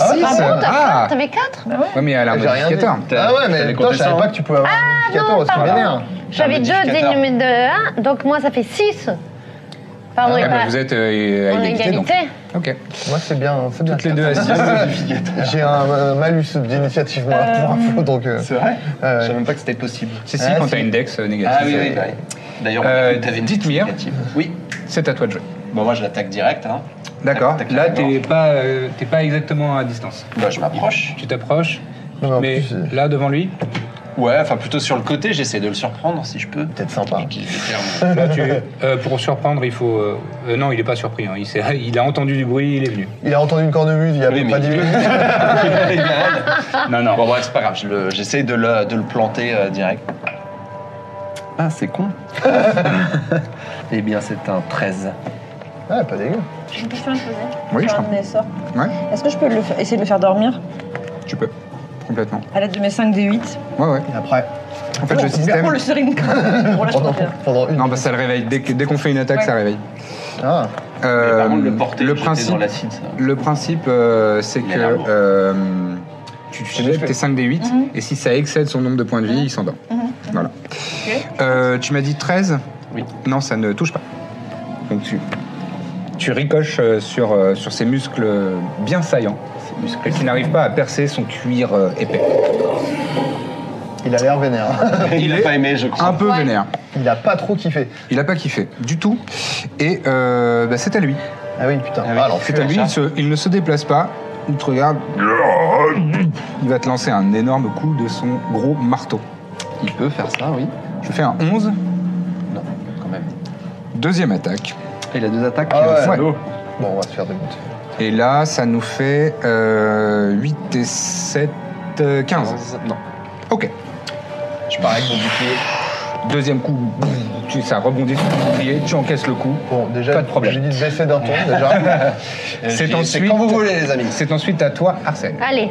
Ah ouais,
Ah
c'est-
bon, t'as
ah.
quatre, t'avais 4
Ouais, mais elle a un
J'ai rien dit.
modificateur.
Ah ouais, mais
T'avais
putain,
compté
je savais
ça,
pas
hein.
que tu pouvais avoir un
non,
modificateur, c'est
pardon.
vénère.
J'avais deux des numéros de 1, donc moi ça fait 6. Pardon,
Ah,
il
bah,
pas...
vous êtes euh,
on
à
est
égalité. donc.
égalité.
Ok.
Moi, c'est bien, c'est bien.
Toutes les deux assises.
J'ai un euh, malus d'initiative, moi, pour info, donc... euh,
C'est vrai
euh,
Je savais même pas que c'était possible.
si, si,
Ah,
quand
si.
t'as une dex euh, négative.
Ah oui, oui,
euh,
bah oui. D'ailleurs,
Euh,
tu avais une
dites-moi.
petite négative. Oui.
C'est à toi de jouer.
Bon, moi, je l'attaque direct. Hein.
D'accord.
Tac, tac,
Là,
tac,
t'es pas, euh, t'es pas exactement à distance.
Bah, je m'approche.
Tu t'approches,
Non, mais en
mais
plus, euh,
là, devant lui,
Ouais, enfin, plutôt sur le côté, j'essaie de le surprendre si je peux.
Peut-être sympa.
Et qu'il fait faire mon-
là, tu- euh, pour surprendre, il faut. euh, euh, non, il est pas surpris. hein. Il, s'est- il a entendu du bruit, il est venu.
Il a entendu une cornemuse il y a
Oui,
pas 10
mais-
minutes.
Non, non.
Bon, bref, c'est pas grave. je le- J'essaie de le, de le planter euh, direct. Ah, c'est con. eh bien, c'est un 13.
Ah, pas dégueu.
J'ai une question à te poser.
Oui, je
Sur un de
t'en-
mes sorts.
Ouais,
Est-ce que je peux le fa- essayer de le faire dormir
tu peux. Complètement.
à l'aide de mes 5 D8
Ouais, ouais.
Et après,
En fait, le
Mais
système.
pour Oh, le serine quand même. Bon, là, je
pendant,
préfère.
pendant une...
Non, bah ça le réveille. Dès, que- dès qu'on fait une attaque,
Ouais.
ça réveille.
Ah,
Mais
Euh,
par contre, le porter, le
principe,
dans l'acide, ça.
le principe, euh, c'est
Il
que
a l'air lourd.
euh, tu tu jettes
fait.
tes 5 des 8 et si ça excède son nombre de points de vie, il s'endort. Voilà. Euh, tu m'as dit 13
Oui.
Non, ça ne touche pas. Donc tu, tu ricoches euh, sur, euh, sur ses muscles bien saillants et qui n'arrivent pas à percer son cuir euh, épais.
il a l'air vénère.
Il a
est
pas aimé, je
Un
crois.
peu vénère.
il a pas trop kiffé.
Il n'a pas kiffé du tout. Et euh, bah, c'est à lui.
Ah oui, putain.
Ah oui.
Ah, l'enfer.
C'est à lui, il, se- il ne se déplace pas, il te regarde. Il va te lancer un énorme coup de son gros marteau.
Il peut faire ça, oui.
Je fais un 11,
Non, quand même.
deuxième attaque.
Il a deux attaques.
Ah ouais.
Ouais.
Bon, on va se faire des minutes.
Et là, ça nous fait euh, 8 et 7, euh, 15.
Non.
Ok.
Je parais avec mon bouclier.
Deuxième coup, boum, tu, ça rebondit sur ton bouclier, tu encaisses le coup.
Euh,
Bon, déjà,
Pas de problème.
j'ai dit de baisser d'un ton, déjà.
Et
C'est
puis,
ensuite-
quand vous voulez, les amis.
C'est ensuite à toi, Arsène.
Allez,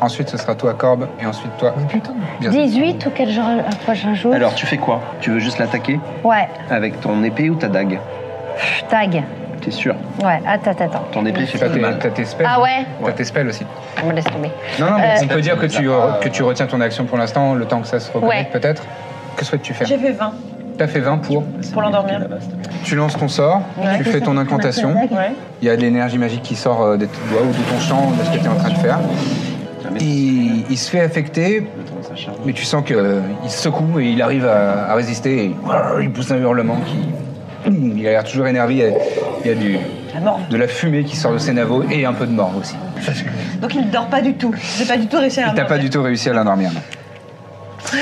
Ensuite, ce sera toi, Corbe, et ensuite toi.
Putain.
Bien sûr.
18 ou quel genre à quoi je joue
Alors, tu fais quoi Tu veux juste l'attaquer
Ouais,
avec ton épée ou ta dague
pff, tag.
T'es sûr
Ouais, attends, attends, attends.
Ton épée
T'as
fait pas de
tes-
mal.
T'as tes spells.
Ah ouais
T'as tes spells aussi.
Ah, me laisse tomber.
Non, non, mais
Euh,
on peut dire que tu, re- que tu retiens ton action pour l'instant, le temps que ça se reconnecte
Ouais.
peut-être. Que souhaites-tu faire
J'ai fait 20
T'as fait 20 pour.
pour l'endormir.
Tu lances ton sort,
Ouais.
tu fais ton incantation.
Ouais.
Il y a de l'énergie magique qui sort euh, de tes doigts ou de ton champ, de ce que tu es en train de faire. Il, il se fait affecter, mais tu sens qu'il se secoue et il arrive à, à résister. Et, brrr, il pousse un hurlement qui. Hum, Il a l'air toujours énervé. Il y a, il y a du,
La mort.
de la fumée qui sort de ses navots et un peu de mort aussi.
Donc il ne dort pas du tout. J'ai pas du tout réussi à
Et t'as pas
l'endormir.
du tout réussi à l'endormir. non.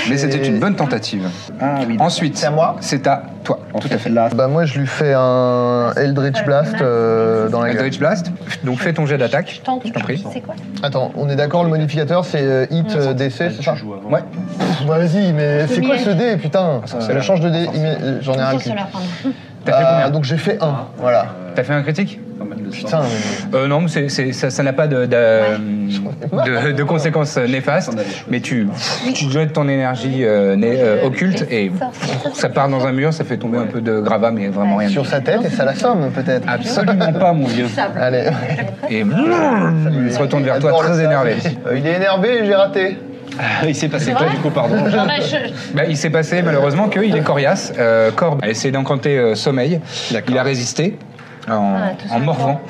Mais c'était une bonne tentative.
Ah oui.
Ensuite,
C'est à moi
C'est à toi.
On
Tout
fait
à fait.
Là,
Bah, moi, je lui fais un Eldritch Blast euh, dans la gueule.
Eldritch Blast. Donc fais ton jet d'attaque.
Tente.
Je t'en prie.
C'est quoi
Attends, on est d'accord, le modificateur, c'est euh, hit euh, DC, c'est ça
Ouais.
Ouais.
Pff, bah, Vas-y, mais c'est quoi ce dé, putain
sorceller.
Je change de dé, il met- euh, j'en ai un.
Sur
le cul.
sur leur pardon.
T'as fait
Ah,
combien
Donc j'ai fait un, voilà.
T'as fait un critique
Putain, mais-
Euh, non, mais c'est- c'est- ça ça n'a pas de, d'a- de- de conséquences néfastes, mais tu, tu jettes ton énergie euh, né- euh, occulte et ça part dans un mur, ça fait tomber un peu de gravat, mais vraiment rien.
sur sa tête et ça la somme, peut-être.
Absolument pas, mon vieux.
Allez.
Et mmh, il se retourne vers toi,
Adore le
très
sable.
énervé.
Euh, il est énervé, j'ai raté.
Il s'est passé quoi du coup, pardon
Ouais, je-
Bah, il s'est passé malheureusement qu'il est coriace. Euh, Corbe a essayé d'encanter euh, sommeil.
D'accord.
Il a résisté euh, en,
Ah, tout
en
ça.
mordant.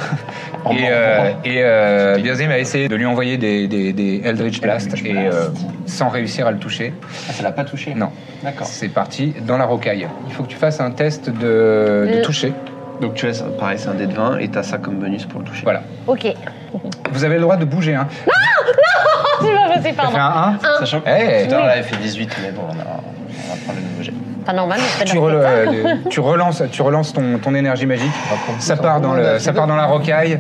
En
et
mordant.
euh, et euh, Birzim a essayé de lui envoyer des, des- des Eldritch Blast et euh, sans réussir à le toucher.
Ah, ça l'a pas touché
Non.
D'accord.
C'est parti dans la rocaille. Il faut que tu fasses un test de, de
Euh.
toucher.
Donc tu as, pareil, c'est un dé de 20 et t'as ça comme bonus pour le toucher.
Voilà.
Ok.
Vous avez le droit de bouger. Hein.
C'est pas possible,
T'as fait
pardon.
un 1
Sachant que
Eh.
tout à l'heure, elle avait fait 18, mais bon, on, a, on va prendre le nouveau jet.
Pas normal, mais c'est
tu,
leur-
rela- euh, tu relances, tu relances ton, ton énergie magique.
Ah,
Ça part dans, le, ça part dans la rocaille,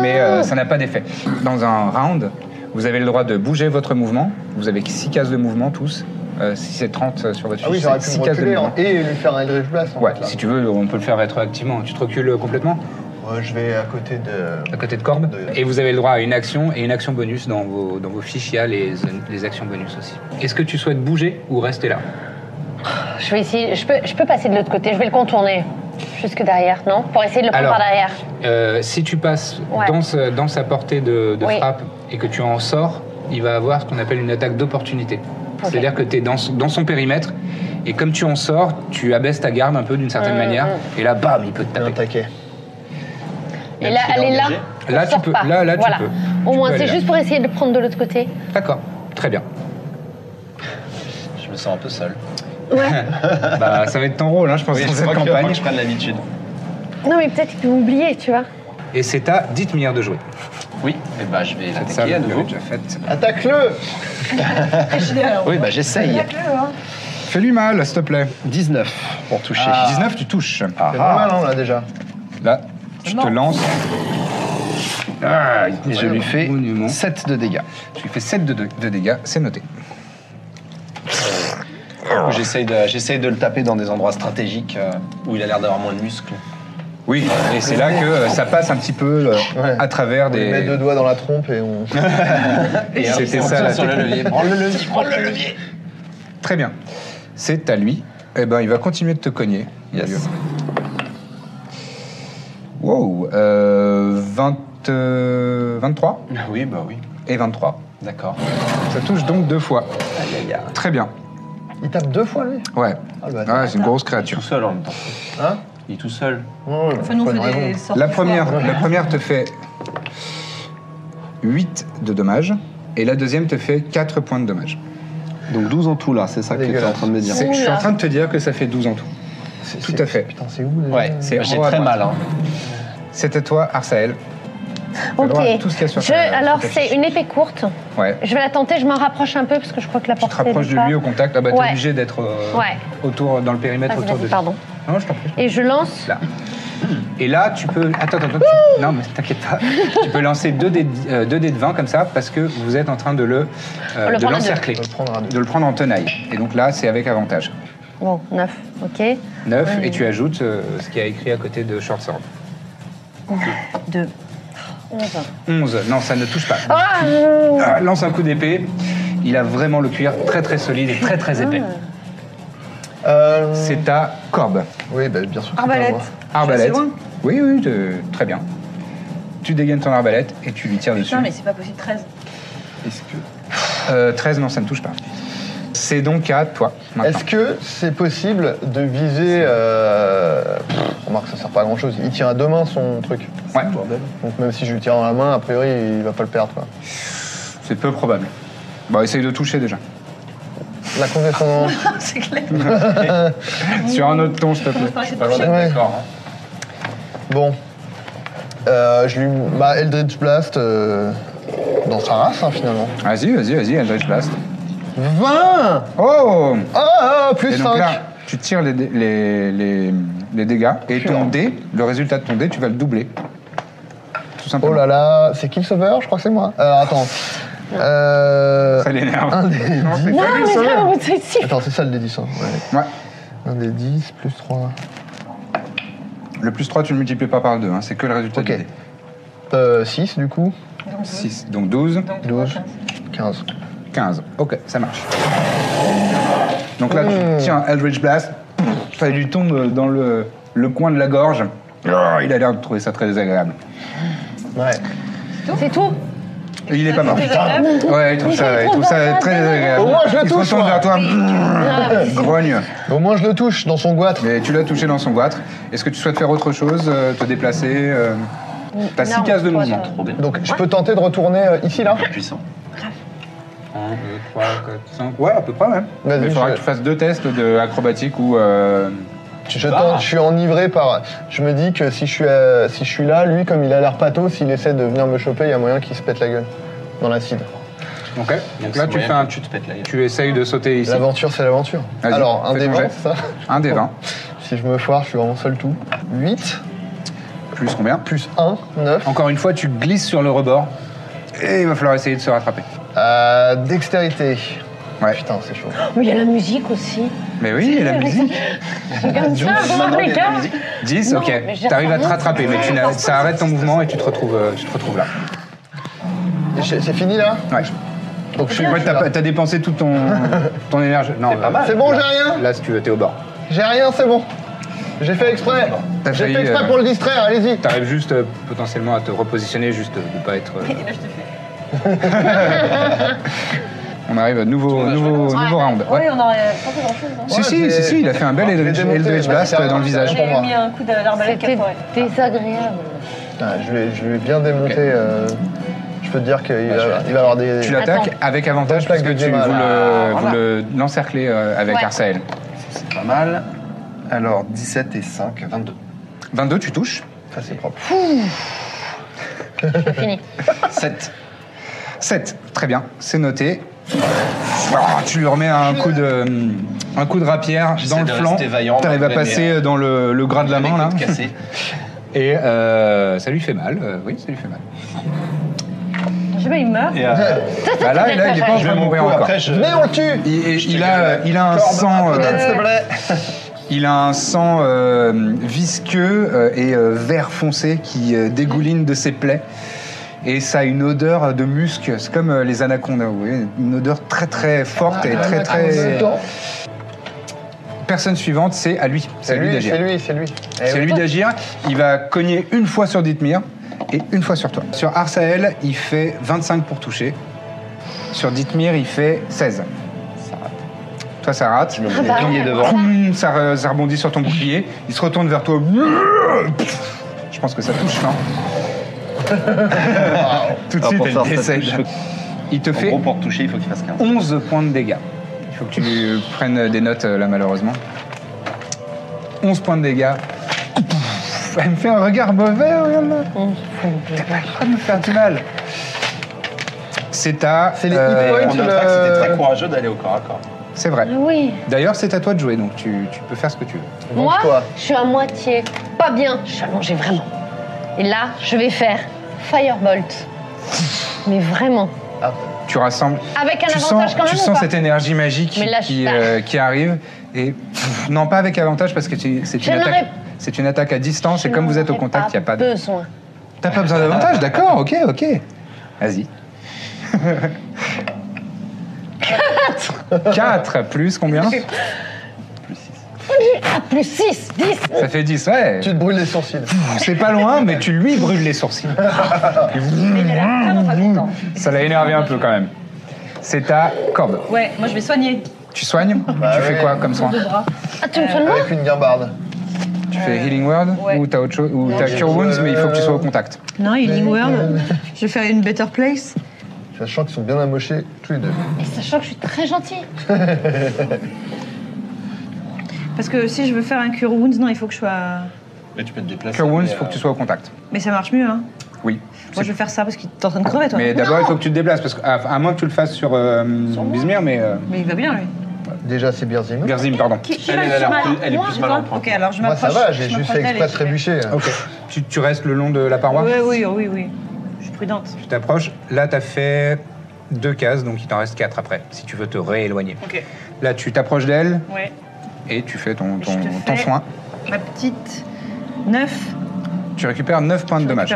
mais euh, ça n'a pas d'effet. Dans un round, vous avez le droit de bouger votre mouvement. Vous avez 6 cases de mouvement tous. Euh, si c'est 30 sur votre
Ah oui,
fiche,
j'aurais
c'est
pu
six
me
cases de
reculer hein,
mouvement.
et lui faire un Eldritch Blast. en
Ouais,
fait, là.
si tu veux, on peut le faire rétroactivement. Tu te recules complètement
Ouais, je vais à côté de.
à côté de Corbe.
De-
Et vous avez le droit à une action et une action bonus dans vos, dans vos fiches. Il y a les, les actions bonus aussi. Est-ce que tu souhaites bouger ou rester là
Je vais essayer. Je peux, je peux passer de l'autre côté. Je vais le contourner jusque derrière, non Pour essayer de le prendre
Alors.
par derrière.
Euh, si tu passes
Ouais.
dans, ce- dans sa portée de, de
Oui.
frappe et que tu en sors, il va avoir ce qu'on appelle une attaque d'opportunité. C'est-à-dire que tu es dans, son- dans son périmètre et comme tu en sors, tu abaisses ta garde un peu d'une
Mm.
certaine manière et là, bam, il peut te
Il y a un
taper.
taquet.
Et là, elle est là.
Là,
On
tu
sort
peux-
pas.
là- là, tu
Voilà.
peux.
Au
Tu
moins,
peux aller
c'est
là.
juste pour essayer de le prendre de l'autre côté.
D'accord, très bien.
Je me sens un peu seul.
bah, ça va être ton rôle, hein, je pense,
Oui,
dans
je
cette
crois que- je crois
campagne.
que je prenne l'habitude.
Non, mais peut-être qu'il peut m'oublier, tu vois.
Et c'est à Dithmir de jouer.
Oui, et bah je vais
Cette salle,
l'attaquer à
vous
nouveau.
l'avez déjà faite.
Attaque-le
Oui, bah j'essaye.
Fais-lui mal, s'il te plaît. Ah.
19 pour toucher.
19, tu touches.
C'est pas mal, hein, là, déjà.
Là, tu te lances. Ah, il
Et je lui fais
monument.
7 de dégâts.
Tu lui fais 7 de, de dégâts, c'est noté.
J'essaye de, j'essaye de le taper dans des endroits stratégiques euh, où il a l'air d'avoir moins de muscles.
Oui, et c'est là que euh, ça passe un petit peu euh,
Ouais.
à travers
On lui met
des.
deux doigts dans la trompe et on.
Et c'était
on
ça
tire
la
sur le
technique.
levier. Prends le levier, prends le levier.
Très bien. C'est à lui. Eh ben, il va continuer de te cogner. mon
Yes.
vieux. Wow, euh, 20, euh, 23
Oui, bah oui.
et 23.
D'accord.
Ça touche donc deux fois.
Aïe, aïe, aïe.
Très bien.
Il tape deux fois, lui
Ouais.
Ah, le bâtard.
Ouais, c'est une grosse
Il est
créature.
tout seul en même temps.
Hein
Il est tout seul.
Ouais, ouais,
Ça nous
pas de
fait
raison.
des sorties
La
de
première,
soir.
la première te fait 8 de dommages et la deuxième te fait 4 points de dommages.
Donc 12 en tout là, c'est ça que tu es en
Dégueulasse.
train de me dire.
C'est- Je suis en train de te dire que ça fait 12 en tout.
C'est-
Tout
c'est-
à fait.
Putain, c'est où déjà
Ouais,
C'est
j'ai
en haut à
très
droite.
mal. Hein.
C'était toi, Arsael. T'as le
Ok.
droit à Bah, tout ce qu'il y a sur
Je,
ta- sur ta
alors,
fiche.
c'est une épée courte.
Ouais.
Je vais la tenter. Je m'en rapproche un peu parce que je crois que la
Tu te
portée.
rapproches
est
de
pas-
lui au contact. Ah bah t'es
Ouais.
obligé d'être euh,
Ouais.
autour dans le périmètre
Vas-y,
autour
vas-y,
de lui.
pardon.
Non, je t'en prie.
Et je lance.
Là. Et là, tu peux. Attends, attends, attends. tu- Non, mais t'inquiète pas. tu peux lancer deux dés, de- euh, deux dés de 20 comme ça parce que vous êtes en train de le, euh,
Le
de
prendre à deux.
l'encercler,
On va le prendre à deux.
de le prendre en tenaille. Et donc là, c'est avec avantage.
Bon, 9, ok.
9
Ouais.
et tu ajoutes euh, ce qu'il y a écrit à côté de Short Sword.
2, 11.
11. Non, ça ne touche pas.
Ah, euh,
Ah, lance un coup d'épée. Il a vraiment le cuir très très solide et très très épais.
Euh,
C'est ta corbe.
Oui, bah, bien sûr. que c'est
Arbalète.
pas moi.
Arbalète.
C'est loin.
Oui, oui, te- très bien. Tu dégaines ton arbalète et tu lui tires dessus.
Putain, mais c'est pas possible, 13.
Est-ce que-
Euh, 13, non, ça ne touche pas. C'est donc à toi. maintenant.
Est-ce que c'est possible de viser. euh, pff, Remarque, ça sert pas à grand chose. Il tire à deux mains son truc.
Ouais,
Donc même si je lui tire dans la main, a priori, il va pas le perdre. Quoi.
c'est peu probable. Bon, essaye de toucher déjà.
La condescendance.
c'est clair.
Sur un autre ton, s'il te plaît.
Commence par essayer de
Pas le droit d'être
toucher.
d'accord, hein.
Bon. Euh, je lui. Ma Eldritch Blast euh, dans sa race, hein, finalement.
Vas-y, vas-y, vas-y, Eldritch Blast.
20
Oh
Ah, ah, plus
Et
5
donc là, tu tires les, dé- les, les- les dégâts et ton dé, le résultat de ton dé, tu vas le doubler. Tout simplement.
Oh là là, c'est qui le sauveur Je crois que c'est moi. Alors attends. Euh,
Ça l'énerve.
un des
Non, c'est
dix.
pas
mais
lui, ça.
c'est pas vous êtes si-
Attends, c'est ça le D10. hein, ouais.
Ouais.
Un des 10 plus 3.
Le plus 3, tu le multiplies pas par 2, c'est que le résultat
Ok.
du dé.
Euh, 6 du coup.
6, donc 12,
Donc,
12.
15.
15.
15. Ok, ça marche. Donc là,
Hmm.
tu tiens Eldritch Blast, ça lui tombe dans le, le coin de la gorge. Ah, Il a l'air de trouver ça très désagréable.
Ouais.
C'est tout
Et il est pas mort.
désagréable
Ouais, il trouve ça, il trouve ça très désagréable.
Au moins, je le Ah,
il
touche,
se retourne
moi.
vers toi. Grogne.
Au moins je le touche dans son goitre.
Mais tu l'as touché dans son goitre. Est-ce que tu souhaites faire autre chose euh, Te déplacer euh, T'as
Non,
6 cases de
euh,
toi,
mouvement.
t'as-
Trop bien.
Donc je peux tenter de retourner euh, ici là
puissant.
1, 2, 3, 4, 5. Ouais, à peu près, ouais.
Vas-y,
Mais il faudra
je-
que tu fasses deux tests d'acrobatique ou. euh,
je, tente, je suis enivré par. Je me dis que si je suis, euh, si je suis là, lui, comme il a l'air pato, s'il essaie de venir me choper, il y a moyen qu'il se pète la gueule dans l'acide.
Ok. Donc là,
C'est
tu
moyen
fais un.
que Tu te pètes la gueule.
Tu essayes de sauter ici.
L'aventure, c'est l'aventure.
Vas-y,
Alors, un
fais
des
ton
20,
jet.
c'est ça
Un des 20.
Si je me foire, je suis vraiment seul tout. 8
Plus combien
plus 1, 9.
Encore une fois, tu glisses sur le rebord. Et il va falloir essayer de se rattraper. Ah.
Euh, dextérité.
Ouais.
Putain, c'est chaud.
Mais il y a la musique aussi.
Mais oui, et la musique
Regarde ça, regarde les gars.
10,
Non,
ok.
mais je veux dire,
T'arrives à te
ça
rattraper, mais tu n'as- ça arrête ton mouvement et tu te retrouves, euh, tu te retrouves là.
Et je- C'est fini là
Ouais.
Donc je suis.
En fait,
je suis
t'as
là.
pas- t'as dépensé tout ton, ton énergie. Non,
pas
euh,
mal.
C'est bon, j'ai
là-
rien
Là, si tu veux, t'es au bord.
J'ai rien, c'est bon. J'ai fait exprès.
T'as
J'ai
failli,
fait exprès
euh,
pour le distraire, allez-y.
T'arrives juste euh, potentiellement à te repositionner, juste euh, de pas être. euh,
Et là, je te fais.
On arrive à nouveau,
a
nouveau, nouveau round.
Oui,
Ouais.
on aurait pas fait grand chose. Hein.
Si,
Ouais,
si,
j'ai-
si, si, il a fait un bel
j'ai
Eldritch
démonté,
Eldritch
ouais.
Blast euh, dans le visage.
pour moi.
J'ai mis un coup de- d'arbalète
C'était
4 forêts.
désagréable.
Ah, je, vais, je vais bien démonter. euh, je peux te dire qu'il va, il va avoir des.
Tu l'attaques avec avantage
Bonne
parce
plaque
que
de
tu, vous
Gemma,
le- vous le- l'encerclez euh, avec
Ouais.
Arsael.
C'est pas mal. Alors 17 et 5, 22.
22, tu touches.
Ça, c'est propre.
C'est fini.
7.
7, très bien, c'est noté. Ah, tu lui remets un coup de, un coup de rapière dans
J'essaie
le
de
flanc.
rester vaillant,
T'arrives à
malgré
passer euh, dans le, le gras de la main là.
Cassé.
Et euh, ça lui fait mal. euh, oui, ça lui fait mal.
Je sais pas, il meurt.
Et euh,
Bah là, là, il est pas en
je
train
vais
de
mon
mourir
coup,
encore.
après je...
Mais on le tue
Il, et-
Je te
il a,
gueule.
il a un
Corbe, hein,
sang, euh,
peut-être, s'il te plaît.
il a un sang euh, visqueux euh, et euh, vert foncé qui euh, dégouline de ses plaies. Et ça a une odeur de musc. C'est comme euh, les anacondas, vous voyez, une odeur très très
Ah,
forte
Ah,
et très très. Personne suivante, c'est à lui. C'est
C'est
à lui
lui,
d'agir.
c'est lui, c'est lui. Eh
C'est à
oui.
lui d'agir. Il va cogner une fois sur Dithmir et une fois sur toi. Sur Arsael, il fait 25 pour toucher. Sur Dithmir, il fait 16. Toi, ça rate.
Ah bah,
Il est devant.
Poum, Ça, re- ça rebondit sur ton bouclier. Il se retourne vers toi. Je pense que ça touche, non Tout de
Ah,
suite,
pour
elle
faire ça,
décède.
touche.
Il te
En
fait
gros, pour te toucher, il faut qu'il fasse 15.
11 points de dégâts. Il faut que tu lui prennes des notes euh, là malheureusement. 11 points de dégâts. Elle me fait un regard mauvais, regarde là. T'as pas le droit de me faire du mal. C'est à. euh,
C'est les
Mais
hit points.
on notera que c'était très courageux d'aller au corps à corps.
C'est vrai.
Ah Oui.
D'ailleurs, c'est à toi de jouer, donc tu, tu peux faire ce que tu veux.
Moi,
Venge-toi.
je suis à moitié. pas bien. Je suis allongée vraiment. Et là, je vais faire Firebolt. Mais vraiment.
Tu rassembles.
Avec un
tu
avantage
sens,
quand même
tu
ou
sens
pas
cette énergie magique
Mais lâche
qui,
pas.
euh, qui arrive. Et pff, non, pas avec avantage parce que tu- c'est
Je
une,
n'aurais-
attaque- c'est une attaque à distance et comme vous êtes au
J'en aurais
contact, il
pas
n'y a pas de.
besoin.
T'as pas besoin d'avantage, d'accord, ok, ok. Vas-y. 4 plus combien
Ah, plus 6, 10.
Ça fait 10, ouais.
Tu te brûles les sourcils.
C'est pas loin, mais tu lui brûles les sourcils.
Mais il a l'air vraiment pas content.
Ça l'a énervé un peu quand même. C'est ta corde.
Ouais, moi je vais soigner
Tu soignes Tu fais
oui.
quoi comme soin
deux bras.
Ah, tu me fais le
Avec une guimbarde.
Tu fais Healing Word
ouais.
ou t'as autre chose Ou t'as
je-
Cure Wounds, mais il faut que tu sois au contact.
Non, Healing World. Je vais faire une Better Place.
Sachant qu'ils sont bien amochés tous les deux.
Et sachant que je suis très gentille.
Parce que si je veux faire un Cure Wounds, non, il faut que je sois.
Mais tu peux te déplacer.
Cure Wounds,
mais,
il faut que tu
euh,
sois au contact.
Mais ça marche mieux, hein.
Oui.
Moi, je vais faire ça parce qu'il est en train de crever, toi.
Mais d'abord, il faut que tu te déplaces, parce que, à, à moins que tu le fasses sur euh, Bismir, mais. euh,
Mais il va bien, lui.
Déjà, c'est bien Zimou.
Gerzim, pardon.
Qui, qui
Elle,
va
elle
le
a l'air
faire
plus- elle est
Moi,
plus
toi
mal en point.
Ok, alors je
Moi,
m'approche.
ça va, j'ai
je
juste
m'approche
fait
d'elle
exprès
et
de
je
trébucher.
Ah, Ok. Tu, tu restes le long de la paroi
fais- Oui, oui, oui, oui. Je suis prudente.
Tu t'approches. Là, t'as fait deux cases, donc il t'en reste quatre après, si tu veux te rééloigner.
Ok.
Là, tu t'approches d'elle
Ouais.
et tu fais ton, ton,
Je te
ton
fais
soin.
Ma petite 9.
Tu récupères 9 points de dommage.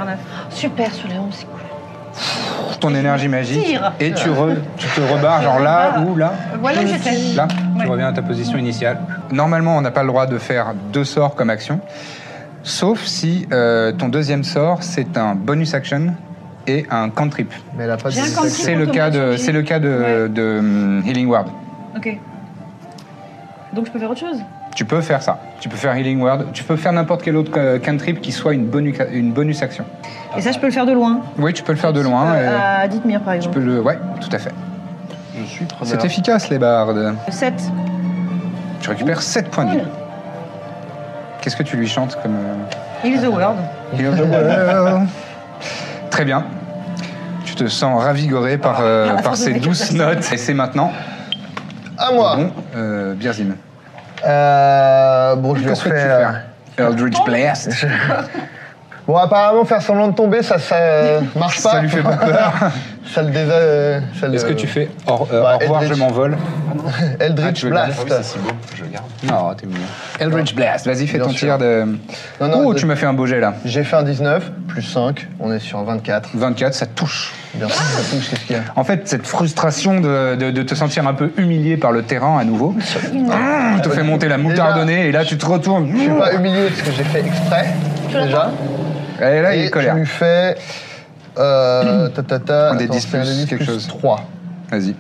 Super sur les 11, c'est cool.
Pour ton énergie magique.
tire.
Et tu, re- tu te rebars, genre là
rebarre.
ou là.
Ah. Voilà où j'étais.
Là, tu
Ouais.
reviens à ta position initiale. Normalement, on n'a pas le droit de faire deux sorts comme action, sauf si euh, ton deuxième sort, c'est un bonus action et un cantrip.
Mais elle a pas de
J'ai un
bonus
cantrip.
action.
C'est le cas de, c'est le cas de,
Ouais.
de, hum, Healing Word.
Ok. Donc je peux faire autre chose
Tu peux faire ça. Tu peux faire Healing Word. Tu peux faire n'importe quel autre euh, cantrip qui soit une bonus, une bonus action.
Et ça, je peux le faire de loin.
Oui, tu peux le faire de loin.
Euh,
euh,
À Dithmir, par
Tu
exemple.
peux le, ouais, tout à fait.
euh, Je suis preneur.
C'est efficace les bardes.
7.
Tu récupères 7 points de vie. Qu'est-ce que tu lui chantes comme euh,
Il the world.
Heal the world. Très bien. Tu te sens ravigoré par, euh,
Ah,
par
ça
ces
fait
douces
quelque
notes. Et c'est maintenant,
À moi
bon, euh, Birzim.
Euh, Bon, je vais
Qu'est-ce que tu
refaire.
fais hein Eldritch Blast.
Bon, apparemment, faire semblant de tomber, ça, ça marche pas.
Ça lui fait pas peur.
Ça le désa... euh, ça le-
Est-ce que tu fais au, euh,
bah,
au revoir, je
Eldritch-
m'envole Ah,
Eldritch
tu veux
Ah oui,
Blast.
ça, c'est beau, je le garde.
Ah, oh,
Non, t'es mignon. Eldritch Blast, vas-y, fais
Bien
ton
sûr.
tir de.
Non, non,
oh,
de-
tu m'as fait un beau jet là.
J'ai fait un 19, plus 5, on est sur 24.
24, ça te touche.
Bien sûr, ça touche, qu'est-ce qu'il y a
En fait, cette frustration de, de- de te sentir un peu humilié par le terrain à nouveau ah, te fait monter la moutarde au nez et là tu te retournes.
Je suis pas hum- humilié parce que j'ai fait exprès, déjà.
Et là, Ah, il
Et
est colère.
tu lui fais... Euh, ta, ta, ta,
Un des
attends,
10
c'est un
plus
des 10
quelque chose.
3.
Vas-y.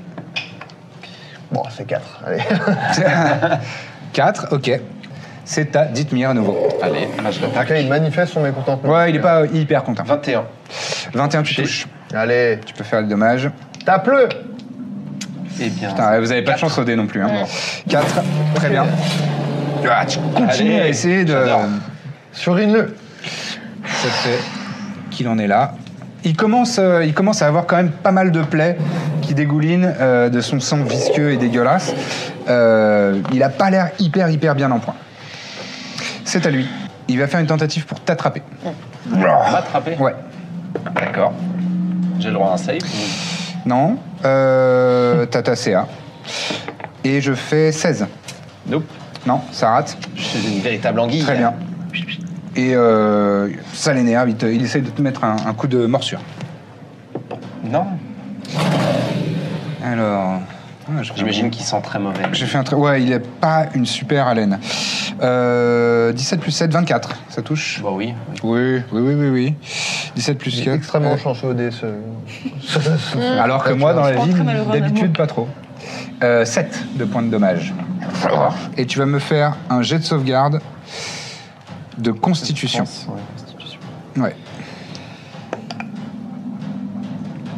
Bon, c'est 4, allez.
4, ok. C'est ta Dithmir à nouveau.
Allez, là, je l'attaque.
Ok, il manifeste son mécontentement.
Ouais, il est pas hyper content.
21.
21, tu touches.
Allez,
Tu peux faire le dommage.
tape-le
Eh bien.
Putain, vous avez pas de chance au dé non plus. 4, très bien. Ah, tu continues
Allez,
à essayer de.
j'adore.
Surine-le
Ça fait qu'il en est là. Il commence, euh, il commence à avoir quand même pas mal de plaies qui dégoulinent euh, de son sang visqueux et dégueulasse. Euh, il a pas l'air hyper, hyper bien en point. C'est à lui. Il va faire une tentative pour t'attraper.
M'attraper
Ouais.
D'accord. J'ai le droit à un save ou-
Non. Euh, T'as ta CA. Et je fais 16.
Nope.
Non, ça rate.
Je suis une véritable anguille.
Très bien. Et euh, ça l'énerve. Il, te- il essaie de te mettre un, un coup de morsure.
Non.
Alors. ah, je-
J'imagine qu'il sent très mauvais.
J'ai fait un trait. Ouais, il n'est pas une super haleine. Euh, 17 plus 7, 24. Ça touche
Bah oui.
Oui, oui, oui, oui, oui. 17 plus
J'ai
4.
extrêmement chanceux au E. dé, ce...
Alors que moi, dans la
Je suis
vie,
très malheureux en
d'habitude,
amour.
pas trop. Euh, 7 de points de dommage. Et tu vas me faire un jet de sauvegarde de constitution.
Ouais, constitution.
Ouais.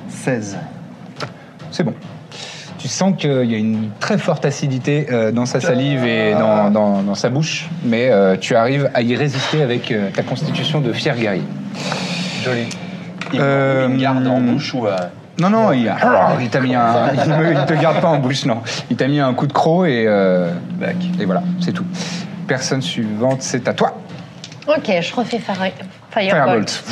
16.
C'est bon. Tu sens qu'il y a une très forte acidité euh, dans sa salive et dans, dans- dans sa bouche, mais euh, tu arrives à y résister avec euh, ta constitution de fier guerrier.
Joli. Il
Euh,
il me garde en
hum.
bouche ou. euh,
Non, non, il, a- Ah, il t'a mis un. Il ne te garde pas en bouche, non. Il t'a mis un coup de croc et. euh,
Back.
et voilà, c'est tout. Personne suivante, c'est à toi.
Ok, je refais fire- Firebolt.
Firebolt.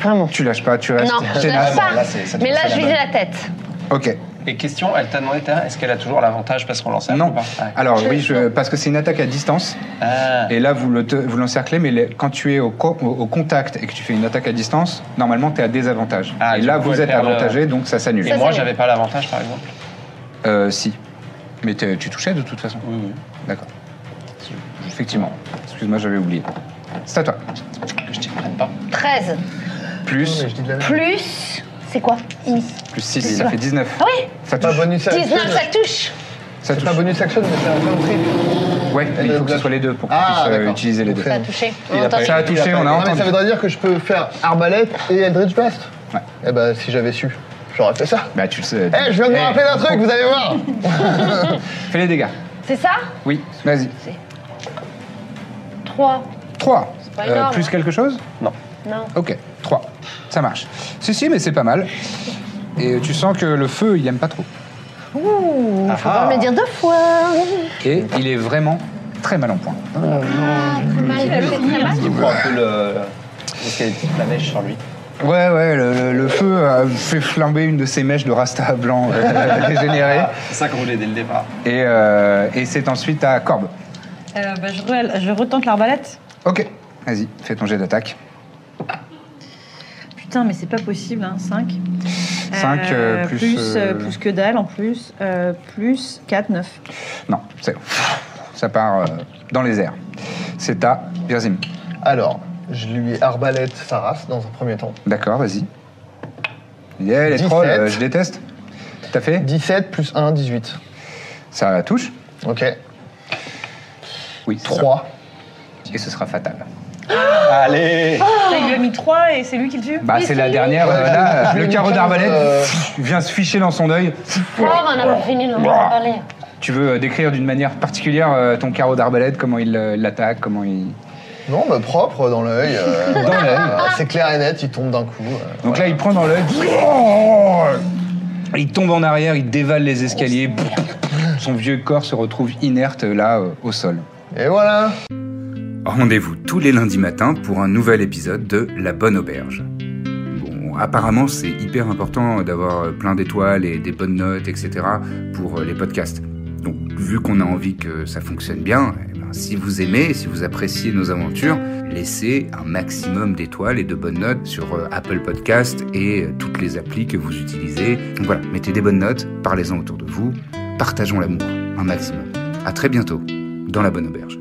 Vraiment.
Tu lâches pas, tu restes.
Non, je
Génial.
lâche
Ah, bon,
pas.
là, c'est- ça
Mais
touche
là,
à la
je visais
balle.
la tête.
Ok.
Et question, elle t'a demandé, Théa, est-ce qu'elle a toujours l'avantage parce qu'on lance un
Non.
coup ou pas Ouais.
Alors oui, je- parce que c'est une attaque à distance.
Ah.
Et là, vous le te- vous l'encerclez, mais les- quand tu es au, co- au- au contact et que tu fais une attaque à distance, normalement, tu es à désavantage.
Ah,
et
du
là,
coup,
vous
elle
êtes
perd le-
avantagé, donc ça s'annule.
Et
Ça,
moi,
c'est-
j'avais pas l'avantage, par exemple
Euh, si. Mais t'es- tu touchais de toute façon.
Oui, oui.
D'accord. Effectivement. Excuse-moi, j'avais oublié. C'est à toi.
Que je t'y prenne pas.
13.
Plus,
Mais je dis de la merde.
Plus. C'est quoi I.
plus 6, ça fait 19.
Ah oui
Ça
Pas
touche.
bonus action.
19, ça touche.
Ça
C'est pas
touche.
bonus action, mais c'est un plein prix.
Ouais, mais il faut que ce soit les deux pour qu'on
Ah,
puisse euh,
d'accord.
utiliser les deux.
Ça a touché.
Il
On
a
entend-
pas-
Ça a
il
touché,
pas-
on a
Non,
entendu.
mais ça voudrait dire que je peux faire arbalète et Eldritch Blast
Ouais.
Eh ben, si j'avais su, j'aurais fait ça.
Bah, tu le sais.
Eh, je viens de me rappeler d'un truc, vous allez voir
Fais les dégâts.
C'est ça
Oui, vas-y.
3.
3.
pas énorme,
Euh, plus
hein.
quelque chose
Non.
Non.
Ok, 3. Ça marche. Si, si, mais c'est pas mal. Et tu sens que le feu, il aime pas trop.
Ouh, faut
Ah.
pas me le dire deux fois.
Et il est vraiment très mal en point.
Tu prends un peu le. Est-ce qu'elle a la mèche sur lui
Ouais, ouais, le, le- le feu a fait flamber une de ses mèches de rasta blanc euh, dégénérée.
Ah, C'est ça qu'on voulait dès le départ.
Et, euh, et c'est ensuite à Corbe.
Euh, bah, je, re- je retente l'arbalète.
Ok, vas-y, fais ton jet d'attaque.
Putain, mais c'est pas possible, hein. 5.
Cinq, euh, plus,
Plus,
euh,
euh,
Oh
plus que dalle en plus. Euh, plus 4, 9.
Non, c'est Ça part euh, dans les airs. C'est à Birzim.
Alors, je lui arbalète sa race dans un premier temps.
D'accord, vas-y. Yeah, les trolls,
17.
euh, je déteste. Tout à fait.
17 plus 1, 18.
Ça touche
Ok.
Oui, c'est
3.
ça. Et ce sera fatal.
Allez
il lui a mis 3 et c'est lui qui le tue
Bah, c'est la dernière. euh, là,
je-
le
je-
carreau
je-
d'arbalète
euh,
vient se ficher dans son œil.
Grave, on n'a pas fini, on en a parlé.
Tu veux euh, décrire d'une manière particulière euh, ton carreau d'arbalète, comment il euh, l'attaque, comment il.
Non, mais propre dans l'œil. euh, voilà.
l'œil.
Euh, C'est clair et net, il tombe d'un coup. euh.
Donc là, il prend dans l'œil. Il tombe en arrière, il dévale les escaliers. Son vieux corps se retrouve inerte là, euh, au sol.
Et voilà
Rendez-vous tous les lundis matins pour un nouvel épisode de La Bonne Auberge. Bon, apparemment, c'est hyper important d'avoir plein d'étoiles et des bonnes notes, etc. pour euh, les podcasts. Donc, vu qu'on a envie que ça fonctionne bien, eh ben, si vous aimez, si vous appréciez nos aventures, laissez un maximum d'étoiles et de bonnes notes sur euh, Apple Podcast et euh, toutes les applis que vous utilisez. Donc voilà, mettez des bonnes notes, parlez-en autour de vous, partageons l'amour un maximum. À très bientôt dans La Bonne Auberge.